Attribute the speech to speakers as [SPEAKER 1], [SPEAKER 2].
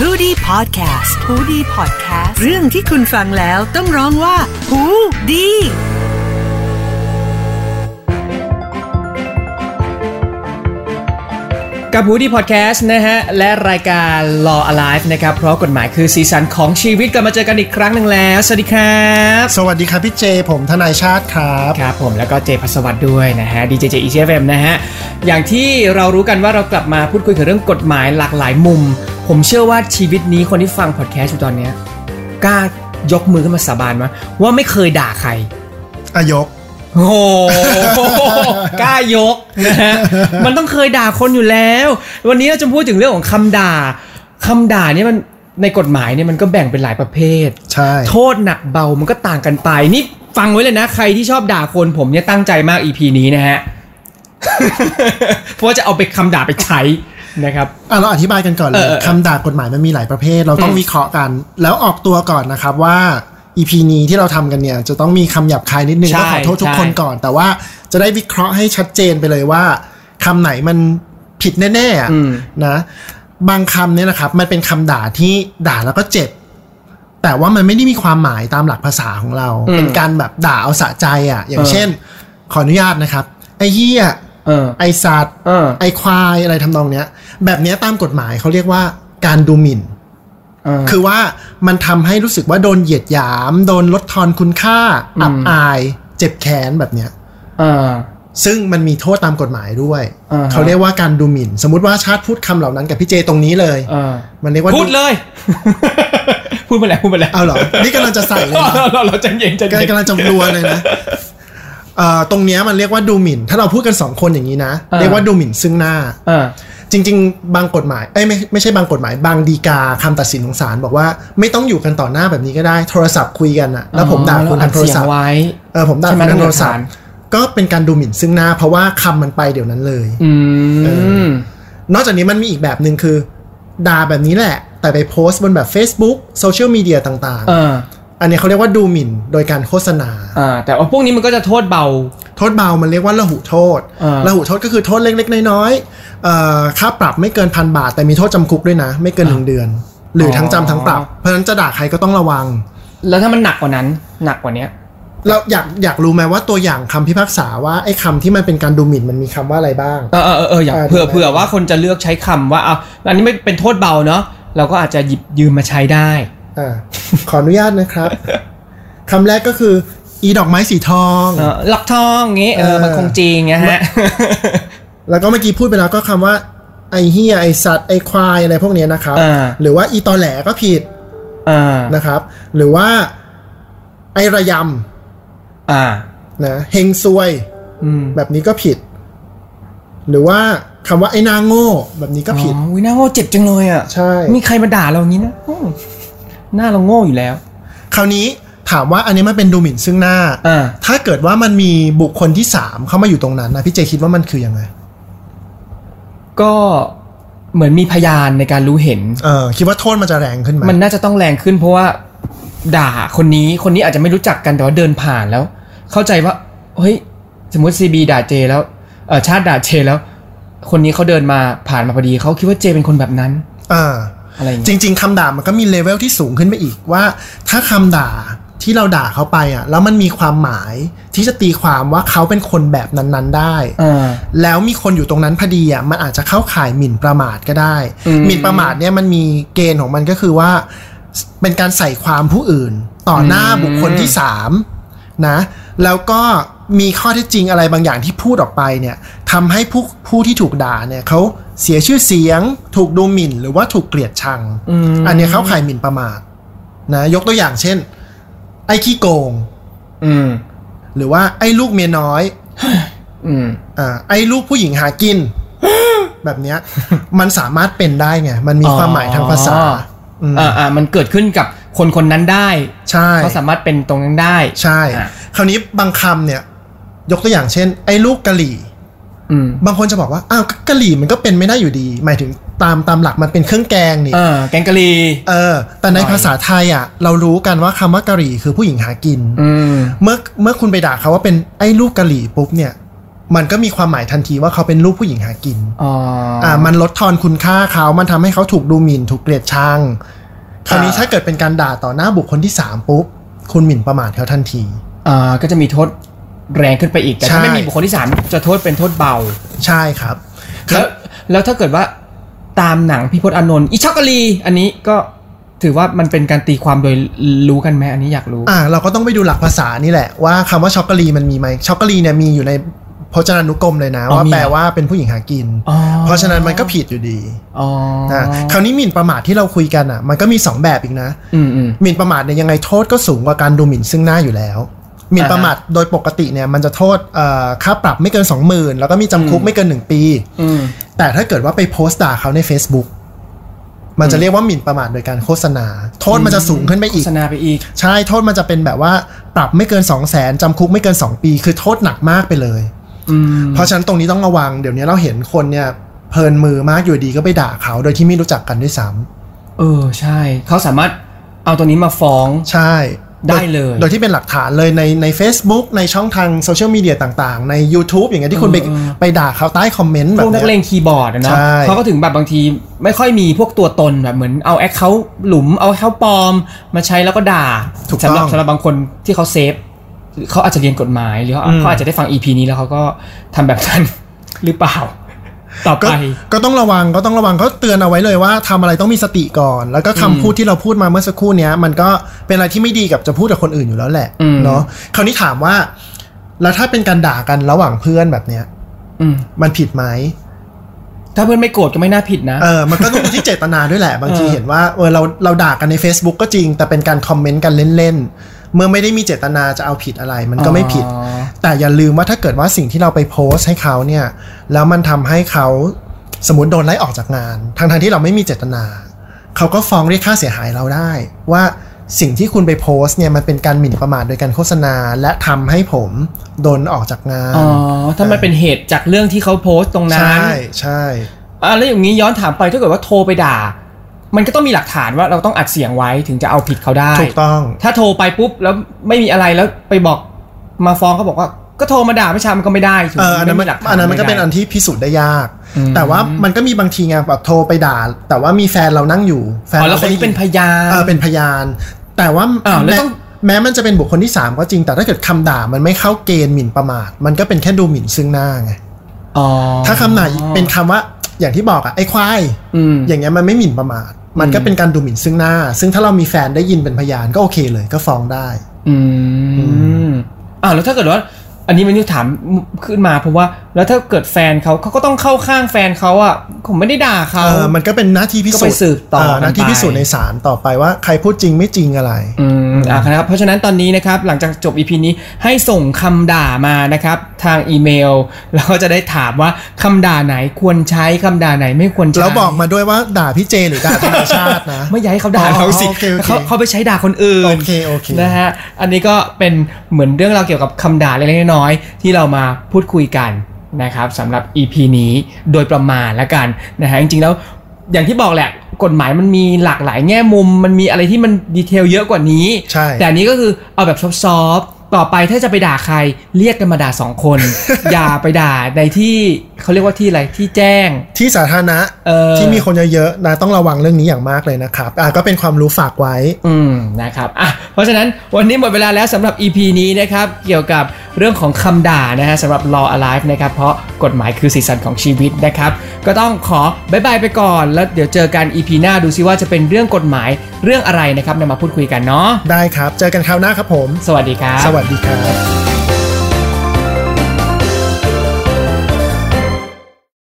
[SPEAKER 1] h o ดี้พอดแคสต์ฮูดี้พอดแคสต์เรื่องที่คุณฟังแล้วต้องร้องว่าหูดี
[SPEAKER 2] กับหูดีพอดแคสต์นะฮะ และรายการ Law Alive นะครับ เพราะกฎหมายคือสีสันของชีวิตกลับมาเจอกันอีกครั้งหนึ่งแล้ว สวัสดีครับ
[SPEAKER 3] สวัสดีครับพี่เจ ผมทนายชาติครับ
[SPEAKER 2] ครับผมแล้วก็เจพัสวัตด้วยนะฮะดีเจเจอีเจเมนะฮะ อย่างที่เรารู้กันว่าเรากลับมาพูดคุยถึงเรื่องกฎหมายหลากหลายมุม ผมเชื่อว่าชีวิตนี้คนที่ฟังพอดแคสต์อยู่ตอนเนี้ยกล้ายกมือขึ้นมาสาบานมาว่าไม่เคยด่าใคร
[SPEAKER 3] อายก
[SPEAKER 2] โอ้โหกล้ายกนะฮะ มันต้องเคยด่าคนอยู่แล้ว วันนี้เราจะพูดถึงเรื่องของคำด่าคำด่าเนี่ยมันในกฎหมายเนี่ยมันก็แบ่งเป็นหลายประเภท
[SPEAKER 3] ใช่
[SPEAKER 2] โทษหนักเบามันก็ต่างกันไป นี่ฟังไว้เลยนะ ใครที่ชอบด่าคนผมเนี่ยตั้งใจมาก EP นี้นะฮ ะ เพราะว่าจะเอาไปคำด่าไปใช้นะครับ
[SPEAKER 3] อ่ะเราอธิบายกันก่อนเล
[SPEAKER 2] เอย อเออ
[SPEAKER 3] คำด่ากฎหมายมันมีหลายประเภท เราต้อง
[SPEAKER 2] อืม
[SPEAKER 3] วิเคราะห์กัน แล้วออกตัวก่อนนะครับว่า EP นี้ที่เราทำกันเนี่ย จะต้องมีคำหยาบคายนิดนึง
[SPEAKER 2] ใช่
[SPEAKER 3] ก็ขอโทษทุกคน
[SPEAKER 2] ใช่
[SPEAKER 3] ก่อน แต่ว่าจะได้วิเคราะห์ให้ชัดเจนไปเลยว่าคำไหนมันผิดแน่ๆอะ
[SPEAKER 2] อืม
[SPEAKER 3] นะ บางคำเนี่ยนะครับ มันเป็นคำด่าที่ด่าแล้วก็เจ็บ แต่ว่ามันไม่ได้มีความหมายตามหลักภาษาของเรา
[SPEAKER 2] อืม
[SPEAKER 3] เป็นการแบบด่าเอาสะใจอ่ะ อย่าง
[SPEAKER 2] เออ
[SPEAKER 3] เช่น ขออนุญาตนะครับไอ้เหี้ย
[SPEAKER 2] เออ
[SPEAKER 3] ไอสัตว์
[SPEAKER 2] เออ
[SPEAKER 3] ไอควายอะไรทำนองเนี้ย แบบเนี้ยตามกฎหมายเขาเรียกว่าการดูหมิ่น
[SPEAKER 2] เออ
[SPEAKER 3] คือว่ามันทำให้รู้สึกว่าโดนเหยียดหยาม โดนลดทอนคุณค่า
[SPEAKER 2] อืม
[SPEAKER 3] อับอาย เจ็บแค้นแบบเนี้ย
[SPEAKER 2] เออ
[SPEAKER 3] ซึ่งมันมีโทษตามกฎหมายด้วย
[SPEAKER 2] อ่าฮะ
[SPEAKER 3] เขาเรียกว่าการดูหมิ่น สมมติว่าชาติพูดคำเหล่านั้นกับพี่เจตรงนี้เลย
[SPEAKER 2] เออ
[SPEAKER 3] มันเรียกว่า
[SPEAKER 2] พูดเลย พูดมาแล้วพูดมาแล้ว
[SPEAKER 3] เอาเหรอ นี่กำลังจะใส่เลยนะ
[SPEAKER 2] เราเราเราใจะเย็นใจะ
[SPEAKER 3] กำลั
[SPEAKER 2] เย็
[SPEAKER 3] ง
[SPEAKER 2] น
[SPEAKER 3] กำลังจำรวนเลยนะเอ่อตรงเนี้ยมันเรียกว่าดูหมิ่น ถ้าเราพูดกันสองคนอย่างนี้นะ
[SPEAKER 2] อ่า
[SPEAKER 3] เรียกว่าดูหมิ่นซึ่งหน้า
[SPEAKER 2] เออ
[SPEAKER 3] จริง ๆ บางกฎหมายเอ้ยไม่ไม่ใช่บางกฎหมาย บางดีกาคำตัดสินของศาลบอกว่าไม่ต้องอยู่กันต่อหน้าแบบนี้ก็ได้ โทรศัพท์คุยกันอะแล้วผมด่าคุณทางโทรศัพท์
[SPEAKER 2] อ๋อ
[SPEAKER 3] เออผมด่าคุณ
[SPEAKER 2] เราอัดเสียงไว้ใช่ไหม
[SPEAKER 3] ทางโทร
[SPEAKER 2] ศ
[SPEAKER 3] ศัพท์ก็เป็นการดูหมิ่นซึ่งหน้า เพราะว่าคำมันไปเดี๋ยวนั้นเลย
[SPEAKER 2] อื
[SPEAKER 3] เอ
[SPEAKER 2] ม
[SPEAKER 3] นอกจากนี้มันมีอีกแบบหนึ่งคือด่าแบบนี้แหละ แต่ไปโพสต์บนแบบ Facebook โซเชียลมีเดียต่าง
[SPEAKER 2] เออ
[SPEAKER 3] ๆ อันเนี้ยเขาเรียกว่าดูหมิ่นโดยการโฆษณา
[SPEAKER 2] อ่า แต่ว่าพวกนี้มันก็จะโทษเบา
[SPEAKER 3] โทษเบา มันเรียกว่าละหุโทษ
[SPEAKER 2] อ่า
[SPEAKER 3] ละหุโทษก็คือโทษเล็กๆ น้อยๆเอ่อค่าปรับไม่เกินพันบาท แต่มีโทษจำคุกด้วยนะ ไม่เกินหนึ่งเดือน หรือทั้งจำทั้งปรับ เพราะฉะนั้นจะด่าใครก็ต้องระวัง
[SPEAKER 2] แล้วถ้ามันหนักกว่านั้น หนักกว่าเนี้ย
[SPEAKER 3] เราอยากอยากรู้ไหมว่าตัวอย่างคำพิพากษาว่าไอ้คำที่มันเป็นการดูหมิ่นมันมีคำว่าอะไรบ้าง
[SPEAKER 2] เออเออเออเอออย่าง
[SPEAKER 3] อ่า
[SPEAKER 2] เผื่อ
[SPEAKER 3] ดูไว้
[SPEAKER 2] เผื่อว่าคนจะเลือกใช้คำว่าเอาอันนี้ไม่เป็นโทษเบาเนาะ เราก็อาจจะหยิบยืมมาใช้ได้
[SPEAKER 3] อ่า ขออนุญาตนะครับ คำแรกก็คือ อีดอกไม้สีทอง
[SPEAKER 2] เออลักทองอย่างงี้ เออ
[SPEAKER 3] เออ
[SPEAKER 2] มันคงจริงนะฮะ
[SPEAKER 3] แล้วก็เมื่อกี้พูดไปแล้วก็คำว่า ไอเฮียไอสัตว์ไอควายอะไรพวกเนี้ยนะครับ
[SPEAKER 2] อ่า
[SPEAKER 3] หรือว่าอีตอแหลก็ผิด
[SPEAKER 2] อ่า
[SPEAKER 3] นะครับ หรือว่าไอระยำ
[SPEAKER 2] อ่า
[SPEAKER 3] นะเฮงซวย
[SPEAKER 2] อืม
[SPEAKER 3] แบบนี้ก็ผิด หรือว่าคำว่าไอ้หนาโง่ แบบนี้ก็ผิด
[SPEAKER 2] อ๋ออุ๊ยน่าโง่เจ็บจังเลยอ่ะ
[SPEAKER 3] ใช่
[SPEAKER 2] มีใครมาด่าเราอย่างงี้นะอืมหน้าเราโง่อยู่แล้ว
[SPEAKER 3] คราวนี้ถามว่าอันนี้มันเป็นดูหมิ่นซึ่งหน้า
[SPEAKER 2] อ่า
[SPEAKER 3] ถ้าเกิดว่ามันมีบุคคลที่สามเข้ามาอยู่ตรงนั้นนะพี่เจคิดว่ามันคือยังไง
[SPEAKER 2] ก็เหมือนมีพยานในการรู้เห็น
[SPEAKER 3] เออคิดว่าโทษมันจะแรงขึ้นไหม
[SPEAKER 2] มันน่าจะต้องแรงขึ้นเพราะว่า ด่าคนนี้คนนี้อาจจะไม่รู้จักกันแต่ว่าเดินผ่านแล้ว เข้าใจว่าเฮ้ยสมมติซีบีด่าเจแล้วเออชาติด่าเจแล้ว คนนี้เขาเดินมาผ่านมาพอดีเขาคิดว่าเจเป็นคนแบบนั้น
[SPEAKER 3] อ่า
[SPEAKER 2] อะไรอย่าง
[SPEAKER 3] จ
[SPEAKER 2] เงี้ย
[SPEAKER 3] ริง ๆคำด่ามันก็มีเลเวลที่สูงขึ้นไปอีกว่า ถ้าคำด่าที่เราด่าเขาไปอ่ะ แล้วมันมีความหมายที่จะตีความว่าเขาเป็นคนแบบนั้นๆได้
[SPEAKER 2] อ่า
[SPEAKER 3] แล้วมีคนอยู่ตรงนั้นพอดีอ่ะมันอาจจะเข้าข่ายหมิ่นประมาทก็ได้
[SPEAKER 2] อืม
[SPEAKER 3] หมิ่นประมาทเนี่ยมันมีเกณฑ์ของมันก็คือว่า เป็นการใส่ความผู้อื่น ต่อหน้า
[SPEAKER 2] อืม
[SPEAKER 3] บุคคลที่สามนะ แล้วก็มีข้อเท็จจริงอะไรบางอย่างที่พูดออกไปเนี่ยทำให้ผู้ผู้ที่ถูกด่าเนี่ยเขาเสียชื่อเสียง ถูกดูหมิ่น หรือว่าถูกเกลียดชัง
[SPEAKER 2] อืม
[SPEAKER 3] อันเนี้ยเข้าข่ายหมิ่นประมาทนะยกตัวอย่างเช่น ไอ้ขี้โกง
[SPEAKER 2] อืม
[SPEAKER 3] หรือว่าไอ้ลูกเมียน้อย
[SPEAKER 2] อืม
[SPEAKER 3] อ่าไอ้ลูกผู้หญิงหา กิน แบบเนี้ย มันสามารถเป็นได้ไง มันมีความหมายทางภาษา
[SPEAKER 2] ออ่าอ่ามันเกิดขึ้นกับคนคนนั้นได้
[SPEAKER 3] ใช่
[SPEAKER 2] เขาสามารถเป็นตรงนั้นได้
[SPEAKER 3] ใช่
[SPEAKER 2] อ่ะ
[SPEAKER 3] คราวนี้บางคำเนี่ย ยกตัวอย่างเช่น ไอ้ลูกกะหรี่
[SPEAKER 2] อืม
[SPEAKER 3] บางคนจะบอกว่าอ้าวกะหรี่มันก็เป็นไม่ได้อยู่ดี หมายถึงตามตามหลักมันเป็นเครื่องแกงนี่
[SPEAKER 2] เออแกงกะหรี่
[SPEAKER 3] เออ แต่ในภาษาไทยอ่ะ เรารู้กันว่าคำว่ากะหรี่คือผู้หญิงหากิน
[SPEAKER 2] อืม
[SPEAKER 3] เมื่อเมื่อคุณไปด่าเขาว่าเป็นไอ้ลูกกะหรี่ปุ๊บเนี่ย มันก็มีความหมายทันทีว่าเขาเป็นลูกผู้หญิงหากิน
[SPEAKER 2] อ๋ออ
[SPEAKER 3] อ่ามันลดทอนคุณค่าเขา มันทำให้เขาถูกดูหมิ่น ถูกเกลียดชัง คราวนี้
[SPEAKER 2] อ่า
[SPEAKER 3] ถ้าเกิดเป็นการด่าต่อหน้าบุคคลที่สามปุ๊บ คุณหมิ่นประมาทเขาทันที
[SPEAKER 2] อ่าก็จะมีโทษแรงขึ้นไปอีก แต่ถ้า
[SPEAKER 3] ใช่
[SPEAKER 2] ไม่มีบุคคลที่สามจะโทษเป็นโทษเบา
[SPEAKER 3] ใช่ครับ
[SPEAKER 2] แล้วแล้วถ้าเกิดว่าตามหนังพี่พจน์อานนท์อิช็อกโกลีอันนี้ก็ถือว่ามันเป็นการตีความโดยรู้กันไหมอันนี้อยากรู้
[SPEAKER 3] อ่าเราก็ต้องไปดูหลักภาษานี่แหละว่าคำว่าช็อกโกแลีมันมีไหมช็อกโกแลีเนี่ยมีอยู่ในพจนานุกรมเลยนะ
[SPEAKER 2] อ๋อ
[SPEAKER 3] ว่า
[SPEAKER 2] มี
[SPEAKER 3] แปลว่าเป็นผู้หญิงหากิน
[SPEAKER 2] อ๋อ
[SPEAKER 3] เพราะฉะนั้นมันก็ผิดอยู่ดี
[SPEAKER 2] อ๋อ
[SPEAKER 3] นะคราวนี้หมิ่นประมาทที่เราคุยกันอ่ะ มันก็มีสองแบบอีกนะ
[SPEAKER 2] อืมอืม
[SPEAKER 3] หมิ่นประมาทเนี่ยยังไงโทษก็สูงกว่าการดูหมิ่นซึ่งหน้าอยู่แล้วหมิ่นประมาทโดยปกติเนี่ยมันจะโทษเอ่อค่าปรับไม่เกิน 20,000 แล้วก็มีจำคุก
[SPEAKER 2] อืม
[SPEAKER 3] ไม่เกิน 1 ปี
[SPEAKER 2] อืม
[SPEAKER 3] แต่ถ้าเกิดว่าไปโพสต์ด่าเขาใน Facebook มันจะเรียกว่าหมิ่นประมาทโดยการโฆษณา โทษมันจะสูงขึ้นไป
[SPEAKER 2] โฆ
[SPEAKER 3] อีก
[SPEAKER 2] ษณาไปอีก
[SPEAKER 3] ใช่ โทษมันจะเป็นแบบว่าปรับไม่เกิน 2 0 0แสนจำคุกไม่เกิน 2 ปี คือโทษหนักมากไปเลย
[SPEAKER 2] อืม
[SPEAKER 3] เพราะฉะนั้นตรงนี้ต้องระวัง เดี๋ยวนี้เราเห็นคนเนี่ยเพลินมือมากอยู่ดีก็ไปด่าเขาโดยที่ไม่รู้จักกันด้วยซ้
[SPEAKER 2] เออใช่ เขาสามารถเอาตัวนี้มาฟ้อง
[SPEAKER 3] ำใช่
[SPEAKER 2] ได้เลย
[SPEAKER 3] โดยที่เป็นหลักฐานเลยในใน Facebook ในช่องทางโซเชียลมีเดียต่างๆ ใน YouTube อย่างเงี้ยที่คุณไป
[SPEAKER 2] เออเออ
[SPEAKER 3] ไปด่าเขาใต้คอมเมนต์แบ
[SPEAKER 2] พ
[SPEAKER 3] บ
[SPEAKER 2] วกนักเล
[SPEAKER 3] เนี้ย
[SPEAKER 2] งคีย์บอร์ดอะเนาะ
[SPEAKER 3] ใช่
[SPEAKER 2] เขาก็ถึงแบบบางทีไม่ค่อยมีพวกตัวตนแบบเหมือนเอาแอคเขาหลุมเอาเขาปลอมมาใช้แล้วก็ด่า
[SPEAKER 3] ถูก
[SPEAKER 2] สำห
[SPEAKER 3] ต้
[SPEAKER 2] รั
[SPEAKER 3] อง
[SPEAKER 2] สำหรับบางคนที่เขาเซฟเขาอาจจะเรียนกฎหมายหรือเขา
[SPEAKER 3] อืม
[SPEAKER 2] เขาอาจจะได้ฟัง EP นี้แล้วเขาก็ทำแบบนั้น หรือเปล่า ต่อไป
[SPEAKER 3] ก็ก็ต้องระวังก็ต้องระวังเขาเตือนเอาไว้เลยว่าทำอะไรต้องมีสติก่อน แล้วก็คำพูดที่เราพูดมาเมื่อสักครู่เนี้ยมันก็เป็นอะไรที่ไม่ดีกับจะพูดกับคนอื่นอยู่แล้วแหละ
[SPEAKER 2] อืม
[SPEAKER 3] เนาะคราวนี้ถามว่า แล้วถ้าเป็นการด่ากันระหว่างเพื่อนแบบเนี้ย
[SPEAKER 2] อืม
[SPEAKER 3] มันผิดไหม
[SPEAKER 2] ถ้าเพื่อนไม่โกรธก็ไม่น่าผิดนะ
[SPEAKER 3] เออมันก็ต้องดูที่เจตนาด้วยแห ละ บางที
[SPEAKER 2] เออ
[SPEAKER 3] เห็นว่าเออเราเราด่ากันใน Facebook ก็จริง แต่เป็นการคอมเมนต์กันเล่นๆเมื่อไม่ได้มีเจตนาจะเอาผิดอะไร มันก็ไม่ผิด
[SPEAKER 2] อ๋อ
[SPEAKER 3] แต่อย่าลืมว่าถ้าเกิดว่าสิ่งที่เราไปโพสต์ให้เขาเนี่ย แล้วมันทำให้เขาสมมติโดนไล่ออกจากงานทางทางๆที่เราไม่มีเจตนา เขาก็ฟ้องเรียกค่าเสียหายเราได้ ว่าสิ่งที่คุณไปโพสต์เนี่ยมันเป็นการหมิ่นประมาทโดยการโฆษณา และทำให้ผมโดนออกจากงาน
[SPEAKER 2] อ๋อถ้ามันเป็นเหตุจากเรื่องที่เขาโพสต์ตรงนั้น
[SPEAKER 3] ใช่ใช่
[SPEAKER 2] อ่ะแล้วอย่างนี้ย้อนถามไปถ้าเกิดว่าโทรไปด่า มันก็ต้องมีหลักฐานว่าเราต้องอัดเสียงไว้ถึงจะเอาผิดเขาได้
[SPEAKER 3] ถูกต้อง
[SPEAKER 2] ถ้าโทรไปปุ๊บแล้วไม่มีอะไรแล้วไปบอกมาฟ้องเขาบอกว่า ก็โทรมาด่าไม่ใช่มันก็ไม่ได้ถูก
[SPEAKER 3] เอออันนั้นมัน
[SPEAKER 2] ไหลัฐา
[SPEAKER 3] อันนั้นมันก็เป็น
[SPEAKER 2] ใดๆ
[SPEAKER 3] อันที่พิสูจน์ได้ยาก
[SPEAKER 2] อืม
[SPEAKER 3] แต่ว่ามันก็มีบางทีไงานแบบโทรไปด่า แต่ว่ามีแฟนเรานั่งอยู่แฟน
[SPEAKER 2] อ๋อแล้ว
[SPEAKER 3] รา
[SPEAKER 2] คนนี้
[SPEAKER 3] ได้ยิ
[SPEAKER 2] เป็นพยาน
[SPEAKER 3] เออเป็นพยาน แต่ว่า
[SPEAKER 2] อ้าวแล้ว
[SPEAKER 3] แม้
[SPEAKER 2] ต้อง
[SPEAKER 3] แม้มันจะเป็นบุคคลที่สามก็จริงแต่ถ้าเกิดคำด่ามันไม่เข้าเกณฑ์หมิ่นประมาท มันก็เป็นแค่ดูหมิ่นซึ่งหน้าไง
[SPEAKER 2] อ๋อ
[SPEAKER 3] ถ้าคำไหนเป็นคำว่าอย่างที่บอกอะไอ้ควาย
[SPEAKER 2] อืม
[SPEAKER 3] อย่างเงี้ยมันไม่หมิ่นประมาท มันก็
[SPEAKER 2] อืม
[SPEAKER 3] เป็นการดูหมิ่นซึ่งหน้า ซึ่งถ้าเรามีแฟนได้ยินเป็นพยานก็โอเคเลยก็ฟ้องได้
[SPEAKER 2] อืมอ้าวแล้วถ้าเกิดว่า อันนี้มันนี่ถามขึ้นมาเพราะว่า แล้วถ้าเกิดแฟนเขาเขาก็ต้องเข้าข้างแฟนเขาอ่ะผมไม่ได้ด่าเขา
[SPEAKER 3] เออมันก็เป็นหน้าที่พิสูจ
[SPEAKER 2] ก็
[SPEAKER 3] น์
[SPEAKER 2] ไปสืบต่อกัน
[SPEAKER 3] เหน้าที่
[SPEAKER 2] ไป
[SPEAKER 3] พิสูจน์ในศาลต่อไปว่าใครพูดจริงไม่จริงอะไร
[SPEAKER 2] อืมอ่ะครับเพราะฉะนั้นตอนนี้นะครับหลังจากจบ EP นี้ให้ส่งคำด่ามานะครับ ทางอีเมล แล้วก็จะได้ถามว่าคำด่าไหนควรใช้คำด่าไหนไม่ควรใช้
[SPEAKER 3] แล้วบอกมาด้วยว่าด่าพี่เจหรือด่าธรรมชาตินะ
[SPEAKER 2] ไม่อยากให้เขาด่าเราสิ
[SPEAKER 3] อ๋อโอเคโอเค
[SPEAKER 2] เขาเขาไปใช้ด่าคนอื่น
[SPEAKER 3] โอเคโอเค
[SPEAKER 2] นะฮะอันนี้ก็เป็นเหมือนเรื่องราวเกี่ยวกับคำด่าเล็กๆน้อยๆที่เรามาพูดคุยกันนะครับสำหรับ EP นี้โดยประมาณละกันนะฮะจริงๆแล้วอย่างที่บอกแหละกฎหมายมันมีหลากหลายแง่มุม มันมีอะไรที่มันดีเทลเยอะกว่านี้
[SPEAKER 3] ใช่
[SPEAKER 2] แต่อันนี้ก็คือเอาแบบซอฟๆต่อไปถ้าจะไปด่าใครเรียกกันมาด่าสองคน อย่าไปด่าในที่เขาเรียกว่าที่อะไรที่แจ้ง
[SPEAKER 3] ที่สาธารณะ
[SPEAKER 2] เออ
[SPEAKER 3] ที่มีคนเยอะๆนะต้องระวังเรื่องนี้อย่างมากเลยนะครับอ่ะก็เป็นความรู้ฝากไว้
[SPEAKER 2] อืมนะครับอ่ะเพราะฉะนั้นวันนี้หมดเวลาแล้วสำหรับ EP นี้นะครับ เกี่ยวกับเรื่องของคำด่านะฮะสำหรับ Law Alive นะครับ เพราะกฎหมายคือสีสันของชีวิตนะครับ ก็ต้องขอบายบายไปก่อน แล้วเดี๋ยวเจอกัน EP หน้าดูซิว่าจะเป็นเรื่องกฎหมายเรื่องอะไรนะครับนำมาพูดคุยกันเนาะ
[SPEAKER 3] ได้ครับ เจอกันคราวหน้าครับผม
[SPEAKER 2] สวัสดีครับ
[SPEAKER 3] สวัสดีครับ